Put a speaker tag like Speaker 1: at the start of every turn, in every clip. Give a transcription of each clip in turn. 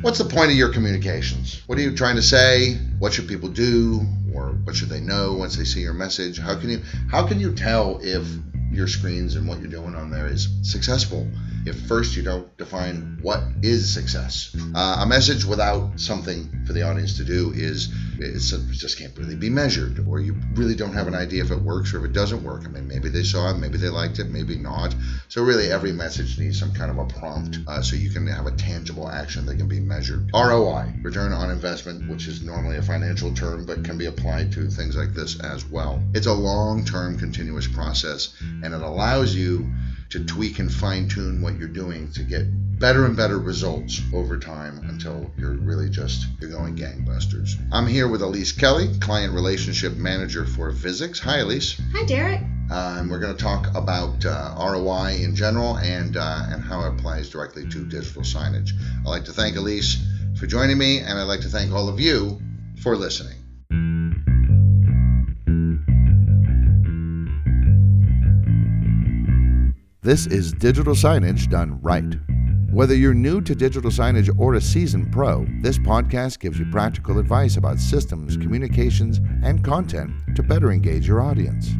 Speaker 1: What's the point of your communications? What are you trying to say? What should people do or what should they know once they see your message? How can you how can you tell if your screens and what you're doing on there is successful if first you don't define what is success? Uh, a message without something for the audience to do is it's it just can't really be measured or you really don't have an idea if it works or if it doesn't work. I mean maybe they saw it, maybe they liked it, maybe not. So really every message needs some kind of a prompt uh, so you can have a tangible action that can be measured. ROI, return on investment, which is normally a financial term but can be applied to things like this as well. It's a long-term continuous process and it allows you to tweak and fine tune what you're doing to get better and better results over time until you're really just you're going gangbusters. I'm here with Elise Kelly, client relationship manager for Physics. Hi, Elise.
Speaker 2: Hi, Derek.
Speaker 1: Uh, and we're going to talk about uh, ROI in general and uh, and how it applies directly to digital signage. I'd like to thank Elise for joining me, and I'd like to thank all of you for listening.
Speaker 3: This is digital signage done right. Whether you're new to digital signage or a seasoned pro, this podcast gives you practical advice about systems, communications, and content to better engage your audience.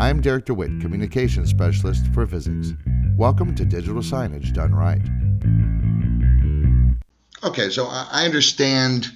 Speaker 3: I'm Derek DeWitt, Communications Specialist for Physics. Welcome to Digital Signage Done Right.
Speaker 1: Okay, so I I understand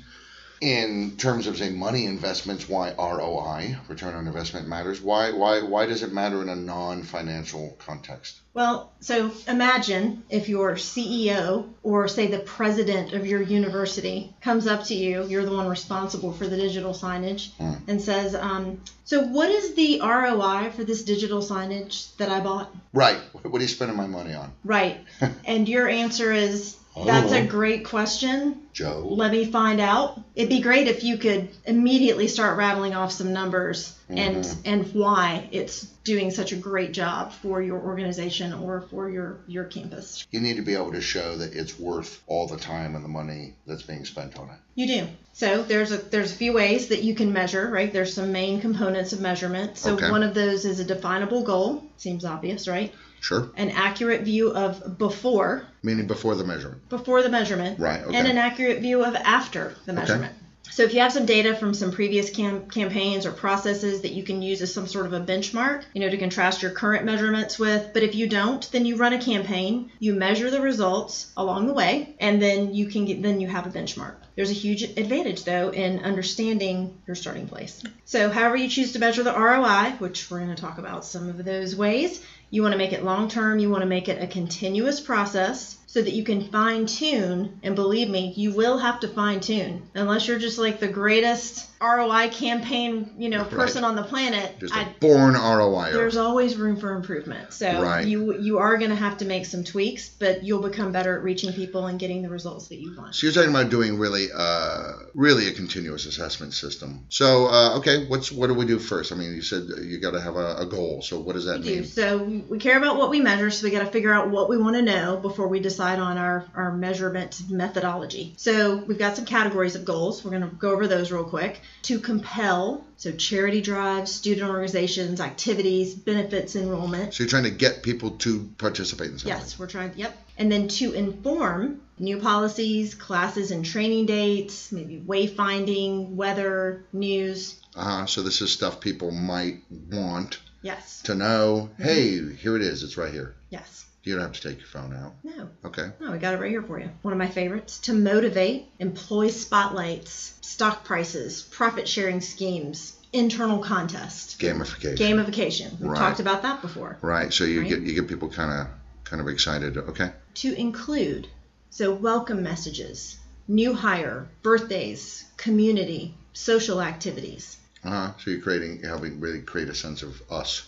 Speaker 1: in terms of say money investments why ROI, return on investment matters. Why why why does it matter in a non-financial context?
Speaker 2: Well, so imagine if your CEO or, say, the president of your university comes up to you, you're the one responsible for the digital signage, and says, um, So, what is the ROI for this digital signage that I bought?
Speaker 1: Right. What are you spending my money on?
Speaker 2: Right. and your answer is, That's a great question.
Speaker 1: Joe.
Speaker 2: Let me find out. It'd be great if you could immediately start rattling off some numbers and and why it's doing such a great job for your organization or for your your campus.
Speaker 1: You need to be able to show that it's worth all the time and the money that's being spent on it.
Speaker 2: You do. So there's a there's a few ways that you can measure, right? There's some main components of measurement. So
Speaker 1: Okay.
Speaker 2: one of those is a definable goal. Seems obvious, right?
Speaker 1: Sure.
Speaker 2: An accurate view of before
Speaker 1: Meaning before the measurement.
Speaker 2: before the measurement
Speaker 1: Right, okay.
Speaker 2: and an accurate view of after the measurement. So if you have some data from some previous cam- campaigns or processes that you can use as some sort of a benchmark, you know, to contrast your current measurements with, but if you don't, then you run a campaign, you measure the results along the way, and then you can get then you have a benchmark. There's a huge advantage though in understanding your starting place. So however you choose to measure the ROI, which we're going to talk about some of those ways, you want to make it long term, you want to make it a continuous process so that you can fine tune. And believe me, you will have to fine tune unless you're just like the greatest ROI campaign, you know, person on the planet.
Speaker 1: Just
Speaker 2: I-
Speaker 1: a born ROI.
Speaker 2: there's always room for improvement. So
Speaker 1: Right.
Speaker 2: you you are going to have to make some tweaks, but you'll become better at reaching people and getting the results that you want.
Speaker 1: So you're talking about doing really, uh, really a continuous assessment system. So uh, okay, what's what do we do first? I mean, you said you got to have a, a goal. So what does that
Speaker 2: We do.
Speaker 1: mean?
Speaker 2: So we care about what we measure, so we got to figure out what we want to know before we decide on our, our measurement methodology. So we've got some categories of goals. We're going to go over those real quick. To compel, so charity drives, student organizations, activities, benefits enrollment.
Speaker 1: So you're trying to get people to participate in something.
Speaker 2: Yes, we're trying. Yep. And then to inform new policies, classes, and training dates, maybe wayfinding, weather, news.
Speaker 1: Uh-huh. So this is stuff people might want
Speaker 2: Yes.
Speaker 1: to know.
Speaker 2: Mm-hmm.
Speaker 1: Hey, here it is. It's right here.
Speaker 2: Yes.
Speaker 1: You don't have to take your phone out.
Speaker 2: No.
Speaker 1: Okay.
Speaker 2: Oh, we got it right here for you. One of my favorites to motivate, employ spotlights, stock prices, profit sharing schemes, internal contest,
Speaker 1: Gamification.
Speaker 2: gamification. We've
Speaker 1: Right.
Speaker 2: talked about that before.
Speaker 1: Right. So you
Speaker 2: Right.
Speaker 1: get you get people kind of kind of excited. Okay.
Speaker 2: To include, so welcome messages, new hire, birthdays, community, social activities.
Speaker 1: Uh-huh. So you're creating helping really create a sense of us.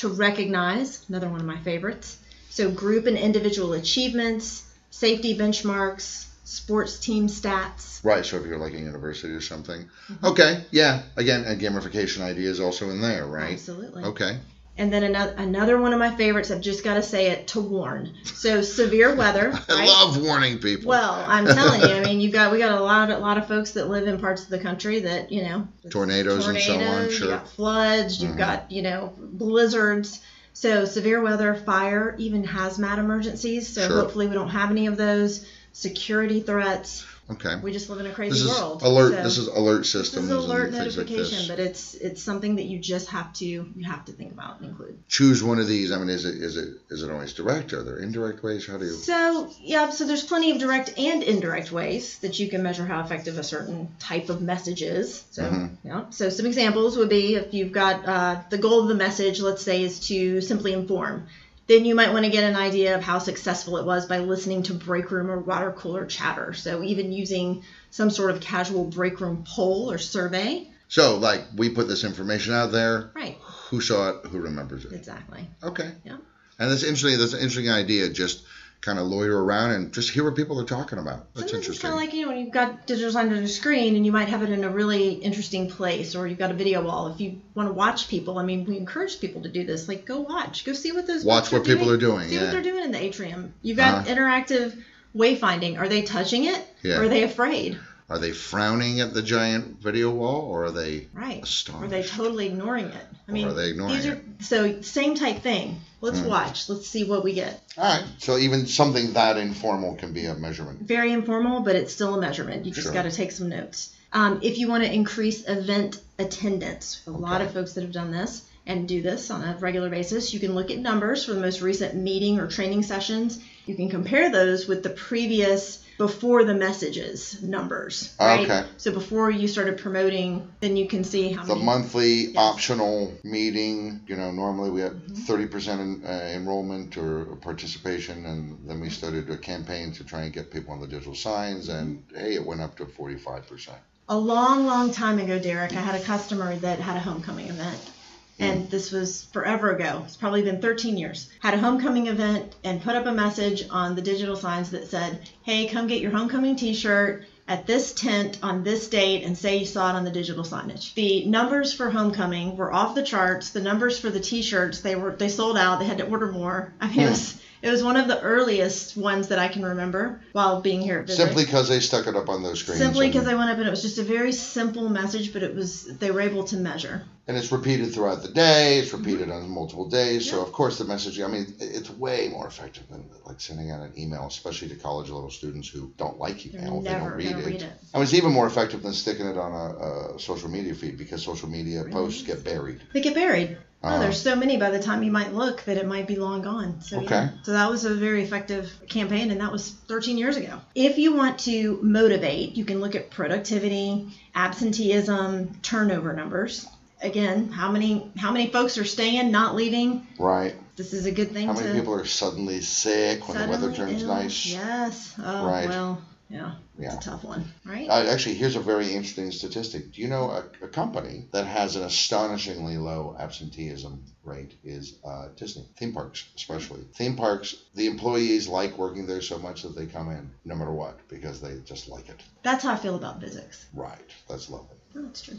Speaker 2: To recognize, another one of my favorites. So group and individual achievements, safety benchmarks, sports team stats.
Speaker 1: Right. So if you're like a university or something.
Speaker 2: Mm-hmm.
Speaker 1: Okay. Yeah. Again, a gamification idea is also in there, right?
Speaker 2: Absolutely.
Speaker 1: Okay.
Speaker 2: And then another another one of my favorites. I've just got to say it to warn. So severe weather.
Speaker 1: I
Speaker 2: right?
Speaker 1: love warning people.
Speaker 2: Well, I'm telling you. I mean, you've got we got a lot a lot of folks that live in parts of the country that you know
Speaker 1: Tornadoes and so on,
Speaker 2: tornadoes,
Speaker 1: sure. Mm-hmm.
Speaker 2: You got floods. You've got you know blizzards. So severe weather, fire, even hazmat emergencies. So
Speaker 1: Sure.
Speaker 2: hopefully we don't have any of those. Security threats.
Speaker 1: Okay.
Speaker 2: We just live in a
Speaker 1: This
Speaker 2: crazy
Speaker 1: is
Speaker 2: world.
Speaker 1: alert.
Speaker 2: so-
Speaker 1: this is alert
Speaker 2: this
Speaker 1: systems.
Speaker 2: is an alert
Speaker 1: and things like
Speaker 2: notification,
Speaker 1: this.
Speaker 2: but it's it's something that you just have to you have to think about and include.
Speaker 1: Choose one of these. I mean, is it is it is it always direct? Are there indirect ways? How do you?
Speaker 2: So, yeah, so there's plenty of direct and indirect ways that you can measure how effective a certain type of message is. So,
Speaker 1: Mhm.
Speaker 2: yeah. So, some examples would be if you've got uh, the goal of the message, let's say, is to simply inform. Then you might want to get an idea of how successful it was by listening to break room or water cooler chatter. So, even using some sort of casual break room poll or survey.
Speaker 1: So, like, we put this information out there.
Speaker 2: Right.
Speaker 1: Who saw it? Who remembers it?
Speaker 2: Exactly.
Speaker 1: Okay.
Speaker 2: Yeah.
Speaker 1: And that's interesting. That's an interesting idea. Just kind of loiter around and just hear what people are talking about. That's
Speaker 2: Sometimes it's
Speaker 1: interesting.
Speaker 2: kind of like you know when you've got digital sign on your screen and you might have it in a really interesting place, or you've got a video wall. If you want to watch people, I mean, we encourage people to do this. Like, go watch, go see what those
Speaker 1: Watch
Speaker 2: folks
Speaker 1: what people are doing,
Speaker 2: See
Speaker 1: yeah.
Speaker 2: what they're doing in the atrium. You've got
Speaker 1: Uh-huh.
Speaker 2: interactive wayfinding. Are they touching it?
Speaker 1: Yeah.
Speaker 2: Or are they afraid?
Speaker 1: are they frowning at the giant video wall, or are they
Speaker 2: Right.
Speaker 1: astonished?
Speaker 2: Are they totally ignoring it? I
Speaker 1: Or
Speaker 2: mean,
Speaker 1: are they ignoring Hmm.
Speaker 2: these are so same type thing. Let's watch. Let's see what we get.
Speaker 1: All right. So even something that informal can be a measurement.
Speaker 2: very informal, but it's still a measurement. You just
Speaker 1: Sure.
Speaker 2: got to take some notes. Um, if you want to increase event attendance, a lot of folks that have done this and do this on a regular basis, you can look at numbers for the most recent meeting or training sessions. You can compare those with the previous before the messages numbers. Right?
Speaker 1: Ah, Okay.
Speaker 2: So before you started promoting, then you can see how
Speaker 1: The
Speaker 2: many.
Speaker 1: monthly optional meeting, you know, normally we had
Speaker 2: Mm-hmm.
Speaker 1: 30% en- uh, enrollment or participation, and then we started a campaign to try and get people on the digital signs,
Speaker 2: Mm-hmm.
Speaker 1: and hey, it went up to 45%.
Speaker 2: A long, long time ago, Derek, I had a customer that had a homecoming event. And this was forever ago. It's probably been 13 years. Had a homecoming event and put up a message on the digital signs that said, Hey, come get your homecoming t shirt at this tent on this date and say you saw it on the digital signage. The numbers for homecoming were off the charts. The numbers for the t shirts, they were they sold out. They had to order more. I mean, it was it was one of the earliest ones that I can remember while being here at Visit.
Speaker 1: Simply because they stuck it up on those screens.
Speaker 2: Simply
Speaker 1: and-
Speaker 2: because I went up and it was just a very simple message, but it was they were able to measure.
Speaker 1: and it's repeated throughout the day.
Speaker 2: Mm-hmm.
Speaker 1: It's repeated on multiple days. So of course the message. I mean, it- it's way more effective than like sending out an email, especially to college level students who don't like email. They don't
Speaker 2: never
Speaker 1: read
Speaker 2: gonna
Speaker 1: it.
Speaker 2: read it.
Speaker 1: I mean, it's even more effective than sticking it on a, a social media feed because social media posts get buried.
Speaker 2: They get buried.
Speaker 1: Uh-huh.
Speaker 2: Oh, there's so many by the time you might look that it might be long gone. So,
Speaker 1: Okay.
Speaker 2: yeah. so that was a very effective campaign, and that was 13 years ago. If you want to motivate, you can look at productivity, absenteeism, turnover numbers. Again, how many how many folks are staying, not leaving?
Speaker 1: Right.
Speaker 2: This is a good thing
Speaker 1: How
Speaker 2: to
Speaker 1: many people are suddenly sick when the weather
Speaker 2: suddenly
Speaker 1: turns
Speaker 2: ill.
Speaker 1: nice?
Speaker 2: Yes. Oh
Speaker 1: Right.
Speaker 2: well, yeah, it's
Speaker 1: Yeah.
Speaker 2: a tough one, right?
Speaker 1: Uh, actually, here's a very interesting statistic. Do you know a, a company that has an astonishingly low absenteeism rate is uh, Disney theme parks, especially theme parks. The employees like working there so much that they come in no matter what because they just like it.
Speaker 2: That's how I feel about physics.
Speaker 1: Right, that's lovely.
Speaker 2: Oh, that's true.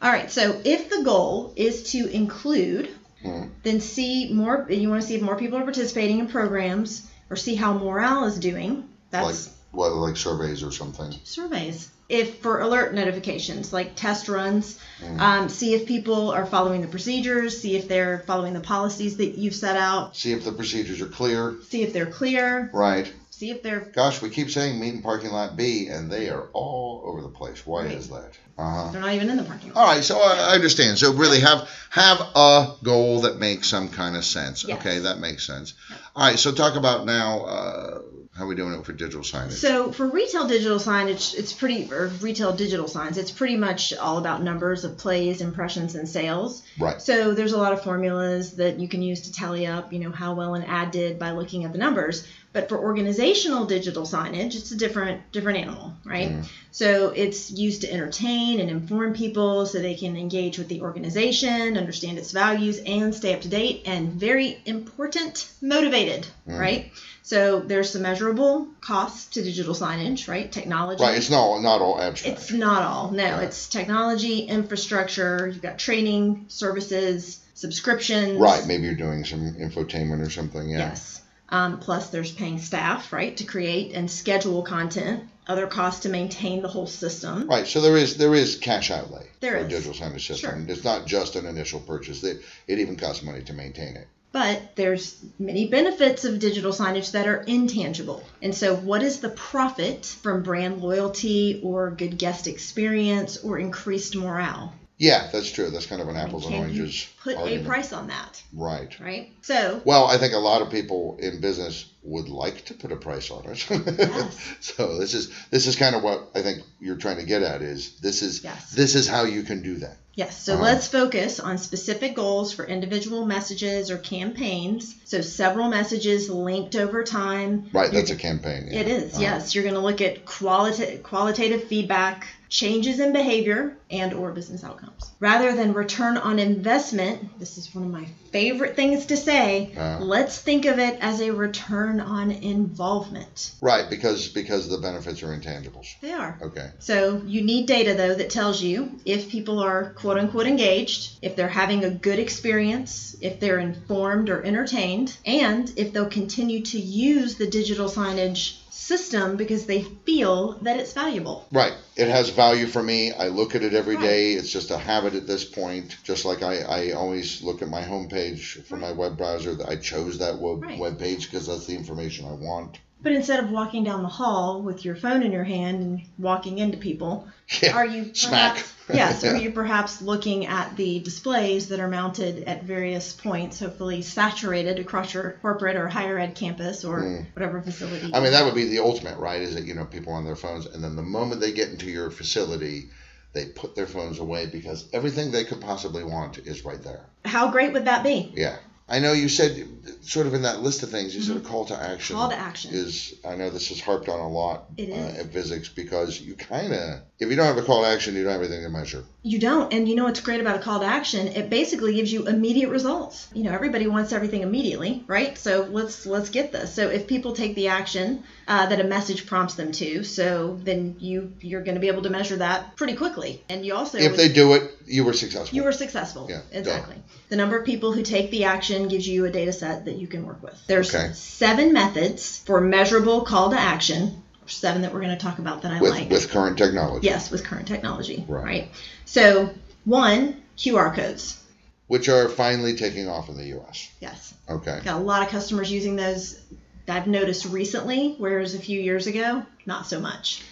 Speaker 2: All right. So if the goal is to include,
Speaker 1: Hmm.
Speaker 2: then see more. You want to see if more people are participating in programs, or see how morale is doing. That's
Speaker 1: like well, like surveys or something.
Speaker 2: surveys. If for alert notifications, like test runs, um, see if people are following the procedures, see if they're following the policies that you've set out,
Speaker 1: See if the procedures are clear.
Speaker 2: see if they're clear,
Speaker 1: Right.
Speaker 2: see if they're
Speaker 1: Gosh, we keep saying meet in parking lot B, and they are all over the place. Why
Speaker 2: Right.
Speaker 1: is that? Uh huh.
Speaker 2: they're not even in the parking lot.
Speaker 1: All right, so I I understand. So really, have have a goal that makes some kind of sense.
Speaker 2: Yes.
Speaker 1: Okay, that makes sense. All right, so talk about now uh, how we doing it for digital signage.
Speaker 2: So for retail digital signage, it's pretty or retail digital signs. It's pretty much all about numbers of plays, impressions, and sales.
Speaker 1: Right.
Speaker 2: So there's a lot of formulas that you can use to tally up, you know, how well an ad did by looking at the numbers. But for organizational digital signage, it's a different different animal, right?
Speaker 1: Mm.
Speaker 2: So it's used to entertain and inform people so they can engage with the organization, understand its values, and stay up to date and very important, motivated,
Speaker 1: Mm.
Speaker 2: right? So there's some measurable costs to digital signage, right? Technology.
Speaker 1: right, it's not not all abstract.
Speaker 2: It's not all. No,
Speaker 1: Right.
Speaker 2: it's technology, infrastructure, you've got training, services, subscriptions.
Speaker 1: right, maybe you're doing some infotainment or something. Yeah.
Speaker 2: Yes. Um, plus, there's paying staff, right, to create and schedule content, other costs to maintain the whole system.
Speaker 1: Right, so there is there is cash outlay
Speaker 2: There
Speaker 1: for a
Speaker 2: is.
Speaker 1: digital signage system.
Speaker 2: Sure.
Speaker 1: It's not just an initial purchase. It, it even costs money to maintain it.
Speaker 2: But there's many benefits of digital signage that are intangible. And so what is the profit from brand loyalty or good guest experience or increased morale?
Speaker 1: Yeah, that's true. That's kind of an apples and
Speaker 2: Can you
Speaker 1: oranges
Speaker 2: Put
Speaker 1: argument.
Speaker 2: a price on that,
Speaker 1: Right.
Speaker 2: right? So
Speaker 1: Well, I think a lot of people in business would like to put a price on it.
Speaker 2: Yes.
Speaker 1: so this is this is kind of what I think you're trying to get at is this is
Speaker 2: Yes.
Speaker 1: this is how you can do that.
Speaker 2: Yes, so
Speaker 1: Uh-huh.
Speaker 2: let's focus on specific goals for individual messages or campaigns. So several messages linked over time.
Speaker 1: Right, that's a campaign. yeah.
Speaker 2: It is,
Speaker 1: Uh-huh.
Speaker 2: yes. You're going to look at qualita- qualitative feedback, changes in behavior, and or business outcomes. Rather than return on investment, this is one of my favorite things to say.
Speaker 1: Uh-huh.
Speaker 2: Let's think of it as a return on involvement.
Speaker 1: Right, because because the benefits are intangibles.
Speaker 2: They are.
Speaker 1: Okay.
Speaker 2: So you need data though that tells you if people are quote unquote engaged, if they're having a good experience, if they're informed or entertained, and if they'll continue to use the digital signage system because they feel that it's valuable.
Speaker 1: Right. It has value for me. I look at it every
Speaker 2: Right.
Speaker 1: day. It's just a habit at this point. Just like I, I always look at my homepage for my web browser. I chose that web,
Speaker 2: Right.
Speaker 1: web page because that's the information I want.
Speaker 2: But instead of walking down the hall with your phone in your hand and walking into people,
Speaker 1: Yeah.
Speaker 2: are you
Speaker 1: Smack.
Speaker 2: perhaps, yes, are you perhaps looking at the displays that are mounted at various points, hopefully saturated across your corporate or higher ed campus or whatever facility?
Speaker 1: Hmm. I mean, that would be the ultimate, right? Is that, you know, people on their phones. And then the moment they get into your facility, they put their phones away because everything they could possibly want is right there.
Speaker 2: How great would that be?
Speaker 1: Yeah. I know you said, sort of in that list of things, you said a call to action.
Speaker 2: Mm-hmm. Call to action.
Speaker 1: Is, I know this is harped on a lot
Speaker 2: It is.
Speaker 1: Uh, at physics because you kind of, if you don't have a call to action, you don't have anything to measure.
Speaker 2: You don't. And you know what's great about a call to action? It basically gives you immediate results. You know, everybody wants everything immediately, right? So let's let's get this. So if people take the action uh, that a message prompts them to, so then you you're going to be able to measure that pretty quickly. And you also
Speaker 1: if they do it, you were successful.
Speaker 2: You were successful.
Speaker 1: Yeah, duh.
Speaker 2: exactly. The number of people who take the action gives you a data set that you can work with. There's
Speaker 1: Okay.
Speaker 2: seven methods for measurable call to action. Seven that we're going to talk about that I
Speaker 1: with,
Speaker 2: like.
Speaker 1: with current technology,
Speaker 2: Yes, with current technology.
Speaker 1: Right.
Speaker 2: Right. So, one, QR codes.
Speaker 1: which are finally taking off in the U.S.
Speaker 2: Yes.
Speaker 1: Okay.
Speaker 2: Got a lot of customers using those that I've noticed recently, whereas a few years ago, not so much.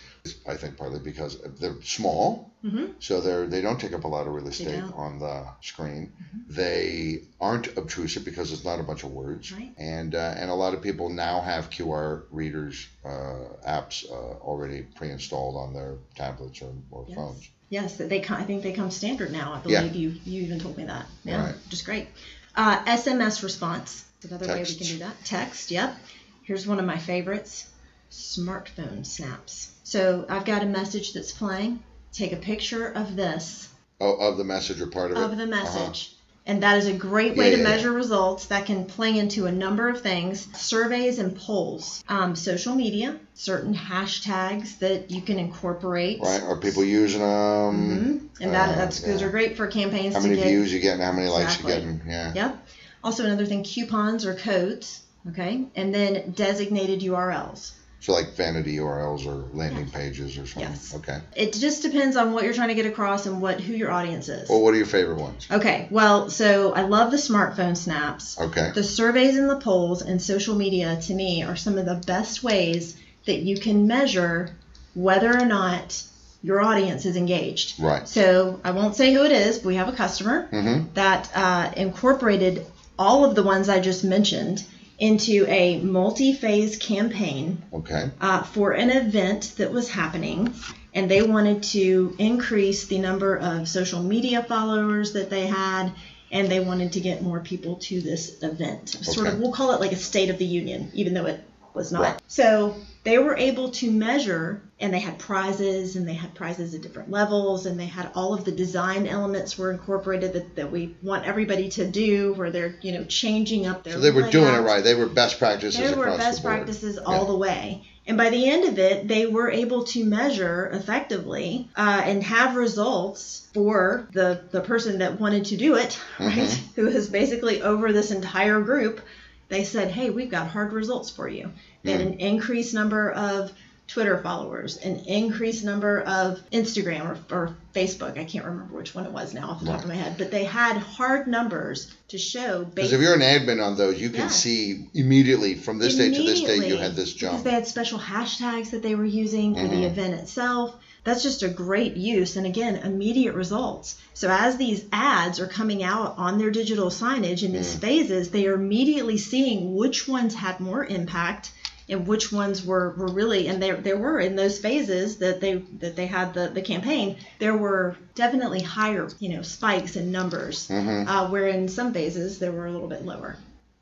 Speaker 1: I think partly because they're small,
Speaker 2: Mhm.
Speaker 1: so they're they don't take up a lot of real estate
Speaker 2: don't. Mm-hmm.
Speaker 1: on the screen. They aren't obtrusive because it's not a bunch of words,
Speaker 2: Right.
Speaker 1: and uh, and a lot of people now have QR readers uh, apps uh, already pre-installed on their tablets or, or
Speaker 2: Yes.
Speaker 1: phones.
Speaker 2: Yes, that they come, I think they come standard now. I
Speaker 1: Yeah.
Speaker 2: believe you you even told me that. Yeah,
Speaker 1: Right.
Speaker 2: just great. Uh, SMS response. That's another way we
Speaker 1: Texts.
Speaker 2: can do that. Text. Yep. Here's one of my favorites. Smartphone snaps. So I've got a message that's playing. Take a picture of this
Speaker 1: Oh, of the message or part of, it.
Speaker 2: of the
Speaker 1: Uh-huh.
Speaker 2: message. And that is a great way
Speaker 1: Yeah,
Speaker 2: to
Speaker 1: yeah, yeah.
Speaker 2: measure results that can play into a number of things surveys and polls, um, social media, certain hashtags that you can incorporate.
Speaker 1: Right? Are people using them?
Speaker 2: Mhm. And that,
Speaker 1: Uh,
Speaker 2: that's, those
Speaker 1: yeah.
Speaker 2: are great for campaigns
Speaker 1: How
Speaker 2: to
Speaker 1: many
Speaker 2: get.
Speaker 1: views you getting? How many likes you
Speaker 2: Exactly.
Speaker 1: getting? Yeah.
Speaker 2: Yep. Also, another thing coupons or codes. Okay. And then designated URLs.
Speaker 1: So like vanity URLs or landing pages or something.
Speaker 2: Yes.
Speaker 1: Okay.
Speaker 2: It just depends on what you're trying to get across and what who your audience is.
Speaker 1: Well, what are your favorite ones?
Speaker 2: Okay. Well, so I love the smartphone snaps.
Speaker 1: Okay.
Speaker 2: Uh, The surveys and the polls and social media to me are some of the best ways that you can measure whether or not your audience is engaged.
Speaker 1: Right.
Speaker 2: So I won't say who it is, but we have a customer
Speaker 1: Mm-hmm.
Speaker 2: that uh, incorporated all of the ones I just mentioned into a multi phase campaign
Speaker 1: Okay.
Speaker 2: uh, for an event that was happening. And they wanted to increase the number of social media followers that they had, and they wanted to get more people to this event. Sort of,
Speaker 1: Okay.
Speaker 2: we'll call it like a State of the Union, even though it was not.
Speaker 1: Right.
Speaker 2: So they were able to measure, and they had prizes, and they had prizes at different levels, and they had all of the design elements were incorporated that, that we want everybody to do, where they're, you know, changing up their
Speaker 1: So they were doing it
Speaker 2: layout.
Speaker 1: right. They were best practices
Speaker 2: There were
Speaker 1: across
Speaker 2: best
Speaker 1: the board.
Speaker 2: practices all
Speaker 1: Yeah.
Speaker 2: the way. And by the end of it, they were able to measure effectively uh, and have results for the, the person that wanted to do it,
Speaker 1: Mm-hmm.
Speaker 2: right? Who is basically over this entire
Speaker 1: Mm.
Speaker 2: group. They said, hey, we've got hard results for you. They had an increased number of Twitter followers, an increased number of Instagram or, or Facebook. I can't remember which one it was now off the top of my head, but they had hard numbers to show.
Speaker 1: Because if you're an admin on those, you can
Speaker 2: Yeah.
Speaker 1: see immediately from this date to this date you had this
Speaker 2: Because
Speaker 1: jump.
Speaker 2: they had special hashtags that they were using for the
Speaker 1: Mhm.
Speaker 2: event itself. That's just a great use, and again, immediate results. So as these ads are coming out on their digital signage in
Speaker 1: Mm.
Speaker 2: these phases, they are immediately seeing which ones had more impact and which ones were, were really and there there were in those phases that they that they had the, the campaign, there were definitely higher, you know, spikes in numbers.
Speaker 1: Mm-hmm.
Speaker 2: Uh, where in some phases there were a little bit lower.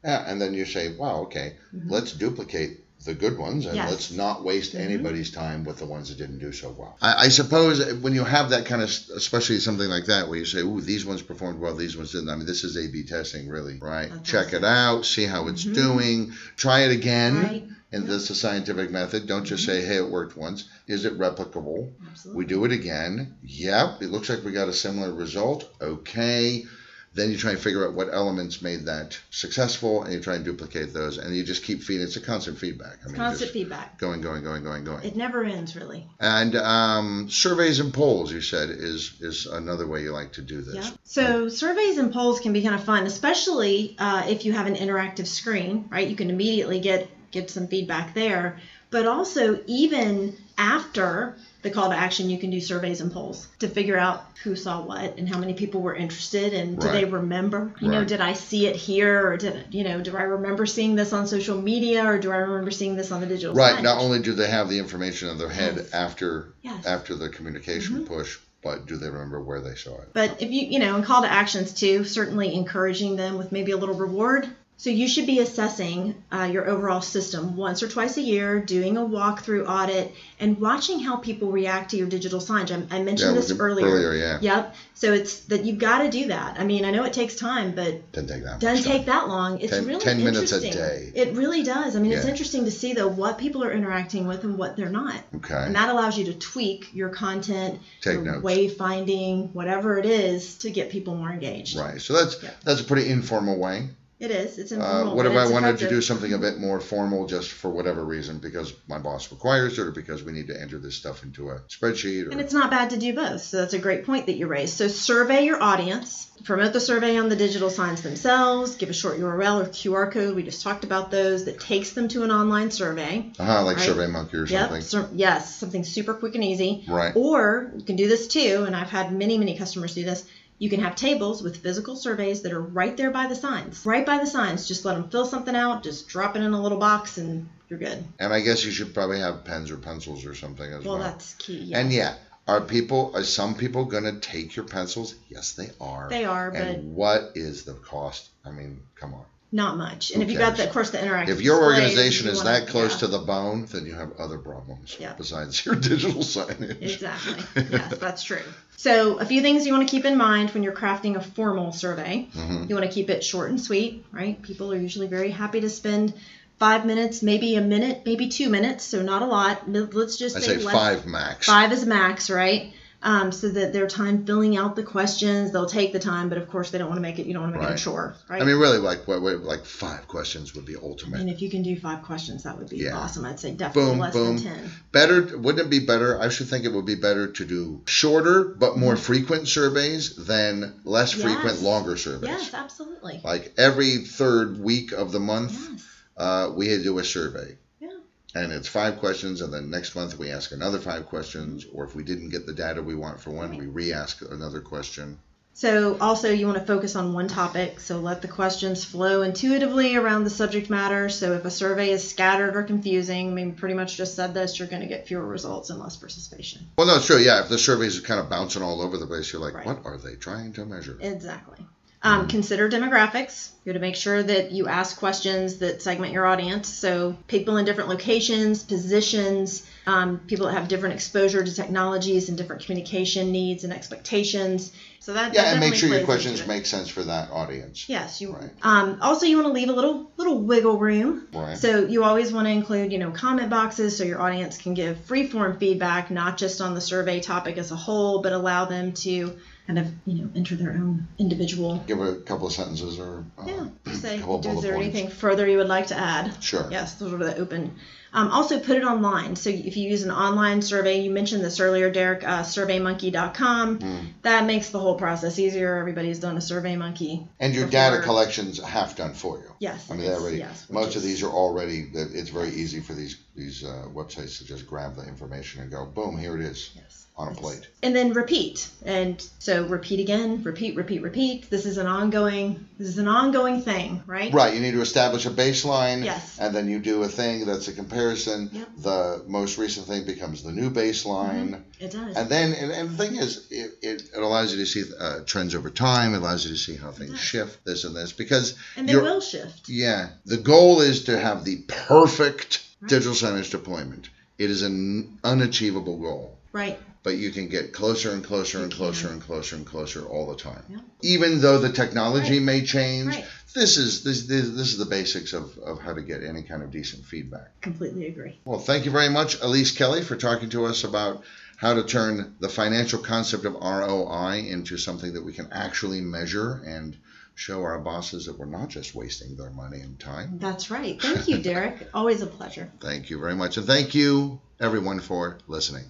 Speaker 1: Yeah, and then you say, wow, okay, let's duplicate the good ones and
Speaker 2: Mm-hmm. Yes. Mm-hmm.
Speaker 1: let's not waste anybody's time with the ones that didn't do so well. I, I suppose when you have that kind of, especially something like that, where you say, ooh, these ones performed well, these ones didn't. I mean, this is A B testing, really, right?
Speaker 2: That's Mm-hmm.
Speaker 1: Check it out, see how it's doing, try it again.
Speaker 2: Right.
Speaker 1: And this is a scientific method. Don't just
Speaker 2: Mm-hmm.
Speaker 1: say, hey, it worked once. Is it replicable?
Speaker 2: Absolutely.
Speaker 1: We do it again. Yep, it looks like we got a similar result. Okay. Then you try and figure out what elements made that successful, and you try and duplicate those, and you just keep feeding. It's a constant feedback. I mean,
Speaker 2: Constant
Speaker 1: just
Speaker 2: feedback.
Speaker 1: going, going, going, going, going.
Speaker 2: It never ends, really.
Speaker 1: And um, surveys and polls, you said, is is another way you like to do this.
Speaker 2: Yeah. So surveys and polls can be kind of fun, especially uh, if you have an interactive screen, right? You can immediately get get some feedback there. But also, even after the call to action, you can do surveys and polls to figure out who saw what and how many people were interested and do they
Speaker 1: Right.
Speaker 2: remember? You know,
Speaker 1: Right.
Speaker 2: did I see it here or did you know? Do I remember seeing this on social media or do I remember seeing this on the digital?
Speaker 1: Right.
Speaker 2: signage?
Speaker 1: Not only do they have the information in their head
Speaker 2: Yes.
Speaker 1: after
Speaker 2: Yes. Mm-hmm.
Speaker 1: after the communication push, but do they remember where they saw it?
Speaker 2: But if you, you know, and call to actions too, certainly encouraging them with maybe a little reward. So you should be assessing uh, your overall system once or twice a year, doing a walkthrough audit, and watching how people react to your digital signage. I, I mentioned
Speaker 1: Yeah,
Speaker 2: this
Speaker 1: we-
Speaker 2: earlier.
Speaker 1: earlier, yeah.
Speaker 2: Yep. So it's that you've got to do that. I mean, I know it takes time, but
Speaker 1: Didn't take that. much
Speaker 2: doesn't
Speaker 1: time.
Speaker 2: take that long. It's
Speaker 1: Ten-
Speaker 2: really
Speaker 1: 10 minutes a
Speaker 2: interesting.
Speaker 1: day.
Speaker 2: It really does. I mean, it's
Speaker 1: Yeah.
Speaker 2: interesting to see though what people are interacting with and what they're not.
Speaker 1: Okay.
Speaker 2: And that allows you to tweak your content,
Speaker 1: Take
Speaker 2: your
Speaker 1: notes.
Speaker 2: wayfinding, whatever it is, to get people more engaged.
Speaker 1: Right. So that's
Speaker 2: Yeah.
Speaker 1: that's a pretty informal way.
Speaker 2: It is. It's
Speaker 1: Uh,
Speaker 2: informal.
Speaker 1: what
Speaker 2: but
Speaker 1: if I
Speaker 2: it's
Speaker 1: wanted to do
Speaker 2: effective.
Speaker 1: something a bit more formal just for whatever reason because my boss requires it or because we need to enter this stuff into a spreadsheet
Speaker 2: And
Speaker 1: or
Speaker 2: it's not bad to do both. So that's a great point that you raised. So survey your audience, promote the survey on the digital signs themselves, give a short URL or QR code. We just talked about those that takes them to an online survey.
Speaker 1: uh-huh, like
Speaker 2: right.
Speaker 1: SurveyMonkey or something.
Speaker 2: Yep. Sur- yes, something super quick and easy.
Speaker 1: Right.
Speaker 2: Or you can do this too, and I've had many, many customers do this. You can have tables with physical surveys that are right there by the signs. Right by the signs. Just let them fill something out, just drop it in a little box, and you're good.
Speaker 1: And I guess you should probably have pens or pencils or something as well.
Speaker 2: Well, that's key. Yeah.
Speaker 1: and yeah, are people are some people gonna take your pencils? Yes, they are.
Speaker 2: They are, but
Speaker 1: And what is the cost? I mean, come on.
Speaker 2: not much. And
Speaker 1: Who
Speaker 2: if you got,
Speaker 1: cares?
Speaker 2: the, of course, the interactive.
Speaker 1: If your
Speaker 2: displays,
Speaker 1: organization
Speaker 2: you
Speaker 1: is
Speaker 2: wanna-
Speaker 1: that close
Speaker 2: yeah.
Speaker 1: to the bone, then you have other problems
Speaker 2: Yeah.
Speaker 1: besides your digital signage.
Speaker 2: Exactly. Yes, that's true. So, a few things you want to keep in mind when you're crafting a formal survey.
Speaker 1: Mm-hmm.
Speaker 2: You want to keep it short and sweet, right? People are usually very happy to spend five minutes, maybe a minute, maybe two minutes, so not a lot. M- Let's just
Speaker 1: I say
Speaker 2: less,
Speaker 1: five max.
Speaker 2: Five is max, right? Um, so that their time filling out the questions, they'll take the time, but of course they don't want to make it. You don't want to make it
Speaker 1: Right.
Speaker 2: a chore, right?
Speaker 1: I mean, really, like what, what, like five questions would be
Speaker 2: and
Speaker 1: ultimate.
Speaker 2: if you can do five questions, that would be
Speaker 1: Yeah.
Speaker 2: awesome. I'd say definitely
Speaker 1: Boom,
Speaker 2: less
Speaker 1: boom.
Speaker 2: than ten.
Speaker 1: Better, wouldn't it be better? I should think it would be better to do shorter but more frequent surveys than less frequent,
Speaker 2: Mm-hmm. Yes.
Speaker 1: longer surveys.
Speaker 2: Yes, absolutely.
Speaker 1: Like every third week of the month,
Speaker 2: Yes.
Speaker 1: uh, we do a survey.
Speaker 2: Yeah.
Speaker 1: And it's five questions, and then next month we ask another five questions, or if we didn't get the data we want for one, we re ask another question.
Speaker 2: So, also, you want to focus on one topic. So, let the questions flow intuitively around the subject matter. So, if a survey is scattered or confusing, I mean, pretty much just said this, you're going to get fewer results and less participation.
Speaker 1: Well, no, it's true. Yeah, if the surveys are kind of bouncing all over the place, you're like,
Speaker 2: Right.
Speaker 1: what are they trying to measure?
Speaker 2: Exactly. Um,
Speaker 1: Mm-hmm.
Speaker 2: Consider demographics. You to make sure that you ask questions that segment your audience. So people in different locations, positions, um, people that have different exposure to technologies and different communication needs and expectations. So that
Speaker 1: Yeah,
Speaker 2: that
Speaker 1: and make sure your
Speaker 2: definitely plays into
Speaker 1: questions
Speaker 2: it.
Speaker 1: make sense for that audience.
Speaker 2: Yes, you.
Speaker 1: Right.
Speaker 2: Um, also, you want to leave a little little wiggle room.
Speaker 1: Right.
Speaker 2: So you always want to include, you know, comment boxes so your audience can give free form feedback, not just on the survey topic as a whole, but allow them to kind of you know enter their own individual.
Speaker 1: Give a couple of sentences or uh,
Speaker 2: Yeah. Say,
Speaker 1: a couple of
Speaker 2: is
Speaker 1: bullet
Speaker 2: there
Speaker 1: points.
Speaker 2: anything further you would like to add?
Speaker 1: Sure.
Speaker 2: Yes, those were the open. Um, also, put it online. So if you use an online survey, you mentioned this earlier, Derek, uh, surveymonkey.com.
Speaker 1: Hmm.
Speaker 2: That makes the whole process easier. Everybody's done a Survey Monkey.
Speaker 1: And your data
Speaker 2: before-
Speaker 1: collection's half done for you.
Speaker 2: Yes,
Speaker 1: I mean,
Speaker 2: it
Speaker 1: they
Speaker 2: is,
Speaker 1: already,
Speaker 2: yes, which
Speaker 1: most of
Speaker 2: is-
Speaker 1: these are already, that it's very easy for these, these uh, websites to just grab the information and go, boom, here it is
Speaker 2: Yes.
Speaker 1: on a plate.
Speaker 2: And then repeat. And so repeat again, repeat, repeat, repeat. This is an ongoing this is an ongoing thing, right?
Speaker 1: Right, you need to establish a baseline.
Speaker 2: Yes.
Speaker 1: And then you do a thing that's a comparison.
Speaker 2: Yep. Mm-hmm.
Speaker 1: The most recent thing becomes the new baseline.
Speaker 2: It does.
Speaker 1: And then, and, and the thing is, it, it, it allows you to see uh, trends over time, it allows you to see how things shift, this and this. Because,
Speaker 2: and they
Speaker 1: you're-
Speaker 2: will shift.
Speaker 1: yeah, the goal is to have the perfect
Speaker 2: Right.
Speaker 1: digital signage deployment. It is an unachievable goal.
Speaker 2: Right.
Speaker 1: but you can get closer and closer
Speaker 2: You
Speaker 1: and closer
Speaker 2: can.
Speaker 1: and closer and closer all the time.
Speaker 2: Yeah.
Speaker 1: Even though the technology may change,
Speaker 2: Right.
Speaker 1: this is this, this this is the basics of, of how to get any kind of decent feedback.
Speaker 2: Completely agree.
Speaker 1: Well, thank you very much, Elise Kelly, for talking to us about how to turn the financial concept of ROI into something that we can actually measure and show our bosses that we're not just wasting their money and time.
Speaker 2: That's right. Thank you, Derek. Always a pleasure.
Speaker 1: Thank you very much. And thank you everyone for listening.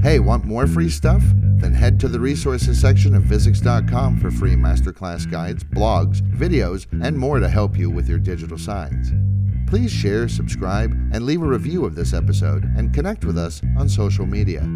Speaker 3: Hey, want more free stuff? Then head to the resources section of Visix.com for free masterclass guides, blogs, videos, and more to help you with your digital signs. Please share, subscribe, and leave a review of this episode and connect with us on social media.